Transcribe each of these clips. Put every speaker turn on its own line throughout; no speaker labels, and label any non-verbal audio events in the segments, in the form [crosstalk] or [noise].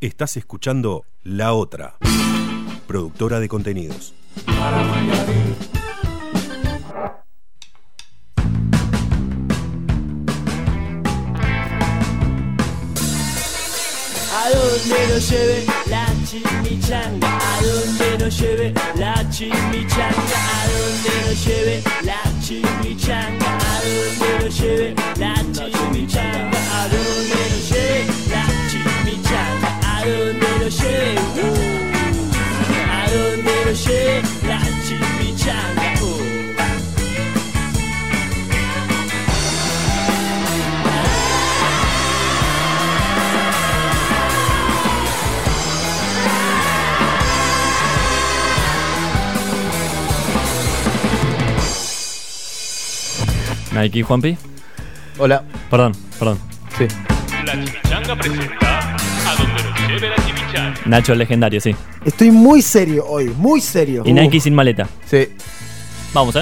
Estás escuchando La Otra, productora de contenidos.
A donde nos lleve la chimichanga, a donde nos lleve la chimichanga, a donde nos lleve la chimichanga, a donde nos lleve la chimichanga, a donde nos lleve la chimichanga, a donde nos lleve, uh, a donde nos lleve la chimichanga. uh.
Nike Juanpi.
Hola,
Perdón, perdón.
sí.
La Chimichanga presenta a donde nos lleve la Chimichanga.
Nacho el legendario, sí.
Estoy muy serio hoy, muy serio.
Y Nike sin maleta.
Sí.
Vamos, ¿eh?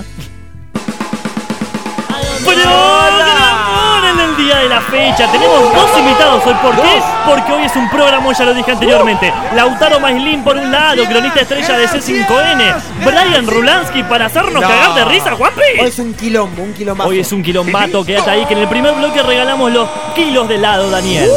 A donde
¡Pero gran gol en el día de la fecha! Tenemos dos invitados hoy. ¿Por qué? Porque hoy es un programa, ya lo dije anteriormente. Lautaro Maislin por un lado, cronista estrella de C5N. Brian Rulansky para hacernos cagar de risa,
Hoy
Juanpi.
es un quilombo, un quilombazo.
Hoy es un quilombato, quédate ahí que en el primer bloque regalamos los kilos de helado, Daniel.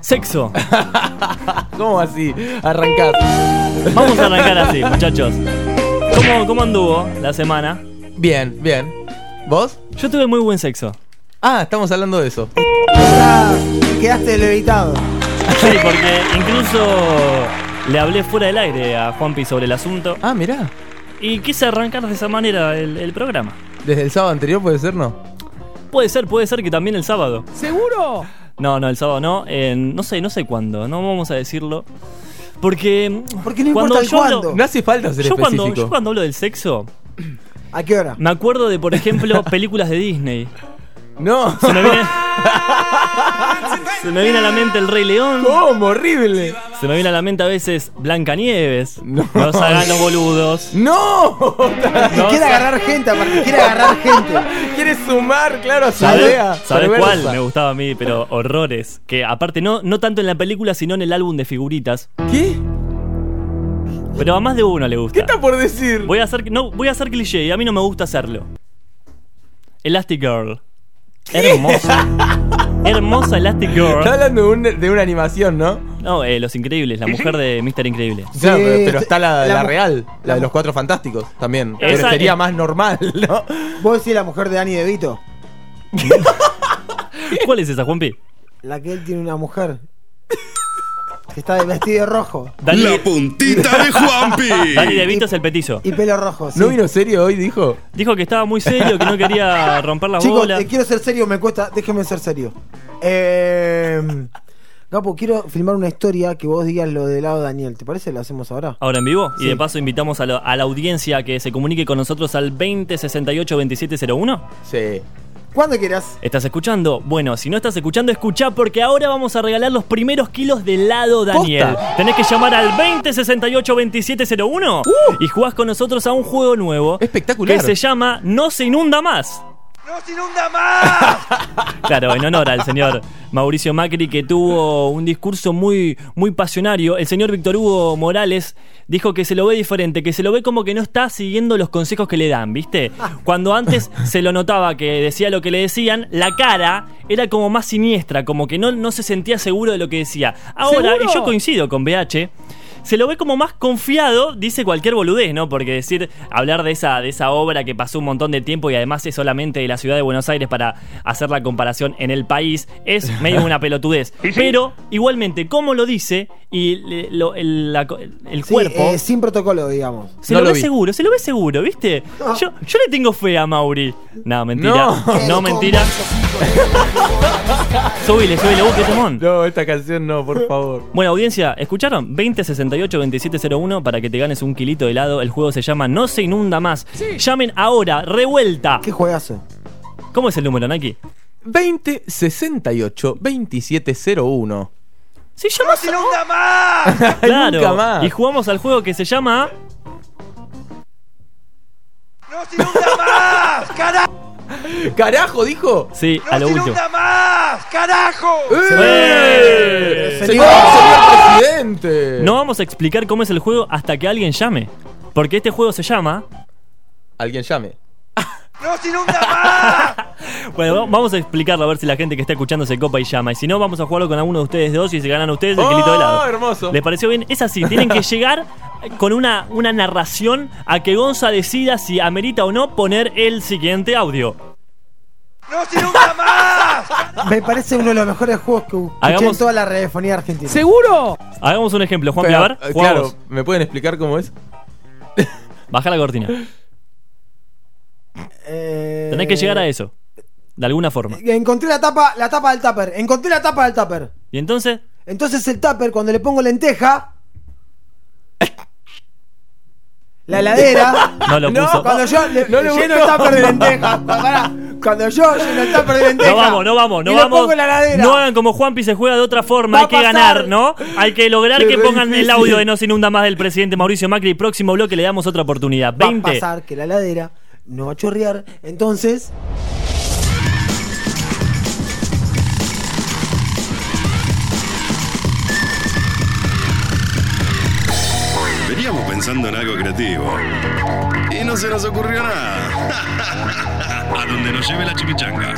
Sexo.
¿Cómo así? Arrancar.
Vamos a arrancar así, muchachos. ¿Cómo, ¿Cómo anduvo la semana?
Bien, bien. ¿Vos?
Yo tuve muy buen sexo.
Ah, estamos hablando de eso.
Ah, Quedaste levitado.
Sí, porque incluso le hablé fuera del aire a Juanpi sobre el asunto
Ah, mirá.
y quise arrancar de esa manera el, el programa.
Desde el sábado anterior puede ser, ¿no?
Puede ser, puede ser que también el sábado. ¿Seguro? No, no, el sábado no. en- no sé, no sé cuándo. No vamos a decirlo. Porque.
Porque no
cuando
importa el
yo hablo-
cuándo.
No hace falta ser
yo,
específico.
cuando, yo cuando hablo del sexo,
¿A qué hora?
me acuerdo de, por ejemplo, películas de Disney.
No.
Se me viene, se me viene a la mente El Rey León.
¿Cómo? Horrible.
Se me viene a la mente a veces Blancanieves.
No.
Los hagan los boludos.
[laughs] No.
Y quiere agarrar gente, aparte, quiere agarrar
[laughs]
gente.
Quieres sumar, claro, a su
¿Sabes
idea.
¿sabes cuál?
perversa.
Me gustaba a mí, pero horrores. Que aparte, no, no tanto en la película, sino en el álbum de figuritas.
¿Qué?
Pero a más de uno le
¿Qué
gusta.
está por decir?
Voy a hacer, no, voy a hacer cliché y a mí no me gusta hacerlo. Elastic Girl. Hermosa. Hermosa Elastic
Está
Girl.
hablando de, un- de una animación, ¿no?
No, eh, Los Increíbles, la mujer de Mr. Increíble.
Claro, pero, pero
sí,
está la,
la
la
mu-
real, la de los cuatro fantásticos también.
Esa
pero sería
es-
más normal, [laughs] ¿no?
[laughs] Vos decís la mujer de Dani De Vito.
¿Cuál es esa, Juanpi?
La que él tiene una mujer. Que está vestida de rojo.
Dani,
La puntita de
Dani
Juanpi.
De Vito es el petizo.
Y pelo rojo. sí.
¿No vino serio hoy, dijo?
Dijo que estaba muy serio, que no quería romper la
Chicos,
bola.
eh, quiero ser serio, me cuesta. Déjeme ser serio. Eh, Capo, quiero filmar una historia que vos digas lo del lado de Daniel. ¿Te parece? ¿Lo hacemos ahora?
Ahora en vivo. Y
Sí.
de paso invitamos a, la- a la audiencia a que se comunique con nosotros al 2068-2701.
Sí.
Cuando quieras.
¿Estás escuchando? Bueno, si no estás escuchando, escuchá porque ahora vamos a regalar los primeros kilos de helado, Daniel. Tenés que llamar al 2068-2701 y jugás con nosotros a un juego nuevo.
Espectacular.
Que se llama No se inunda más. Claro, en honor al señor Mauricio Macri que tuvo un discurso muy, muy pasionario. El señor Víctor Hugo Morales dijo que se lo ve diferente, que se lo ve como que no está siguiendo los consejos que le dan, ¿viste? Cuando antes se lo notaba que decía lo que le decían, la cara era como más siniestra, como que no, no se sentía seguro de lo que decía. Ahora, y yo coincido con BH. Se lo ve como más confiado, dice cualquier boludez, ¿no? Porque decir, hablar de esa, de esa obra que pasó un montón de tiempo y además es solamente de la ciudad de Buenos Aires para hacer la comparación en el país, es medio una pelotudez. Pero, igualmente, como lo dice y le- lo- el, la co- el
Sí,
cuerpo.
eh, sin protocolo, digamos.
Se
No
lo,
lo
ve
vi.
seguro, se lo ve seguro, ¿viste?
No.
Yo, yo le tengo fe a Mauri. No, mentira.
No.
No, mentira. [laughs] Subile, subile, vos qué temón.
No, esta canción no,
[laughs]
por favor.
Bueno, audiencia, ¿escucharon? 2068-2701 para que te ganes un kilito de helado. El juego se llama No se inunda más. Llamen ahora, revuelta.
Qué juegazo.
¿Cómo es el número, Naki?
2068 2701.
Se llama. Sa-
¡Nunca más!
Claro.
Nunca más.
Y jugamos al juego que se llama.
¡No se inunda más! ¡Carajo!
¡Carajo, dijo!
Sí, a
¡No
lo
se
último.
inunda más! ¡Carajo!
¡Eh!
¡Señor, señor presidente!
No vamos a explicar cómo es el juego hasta que alguien llame. Porque este juego se llama.
Alguien llame.
¡No se inunda más!
Bueno, va- vamos a explicarlo a ver si la gente que está escuchando se copa y llama. Y si no, vamos a jugarlo con alguno de ustedes dos y se ganan ustedes el kilito de helado.
¡Oh, hermoso!
¿Les pareció bien? Es así, tienen
[laughs]
que llegar con una, una narración a que Gonza decida si amerita o no poner el siguiente audio.
¡No se inunda más!
Me parece uno de los mejores juegos que escuché
Hagamos-
en toda la radiofonía argentina.
¿Seguro?
Hagamos un ejemplo, Juan
Pero,
Piavar.
eh, claro, ¿me pueden explicar cómo es?
Baja la cortina.
Eh,
Tenés que llegar a eso. De alguna forma.
Encontré la tapa, la tapa del tupper. Encontré la tapa del tupper.
Y entonces,
Entonces el tupper, cuando le pongo lenteja. La heladera.
no lo
No,
puso.
Cuando yo le-
No le
lleno el
gustó.
tupper de lentejas. pará, Cuando yo lleno el tupper de lentejas.
No vamos, no vamos, no
y lo
vamos.
pongo en la heladera.
No hagan como Juanpi se juega de otra forma,
Va
hay que
a pasar.
ganar, ¿no? Hay que lograr
Es
que
re
pongan el
difícil.
audio de No se inunda más del presidente Mauricio Macri. Próximo bloque le damos otra oportunidad.
Va a
20.
pasar que la heladera no va a chorrear. Entonces.
Veníamos pensando en algo creativo. Y no se nos ocurrió nada. A donde nos lleve la chimichanga.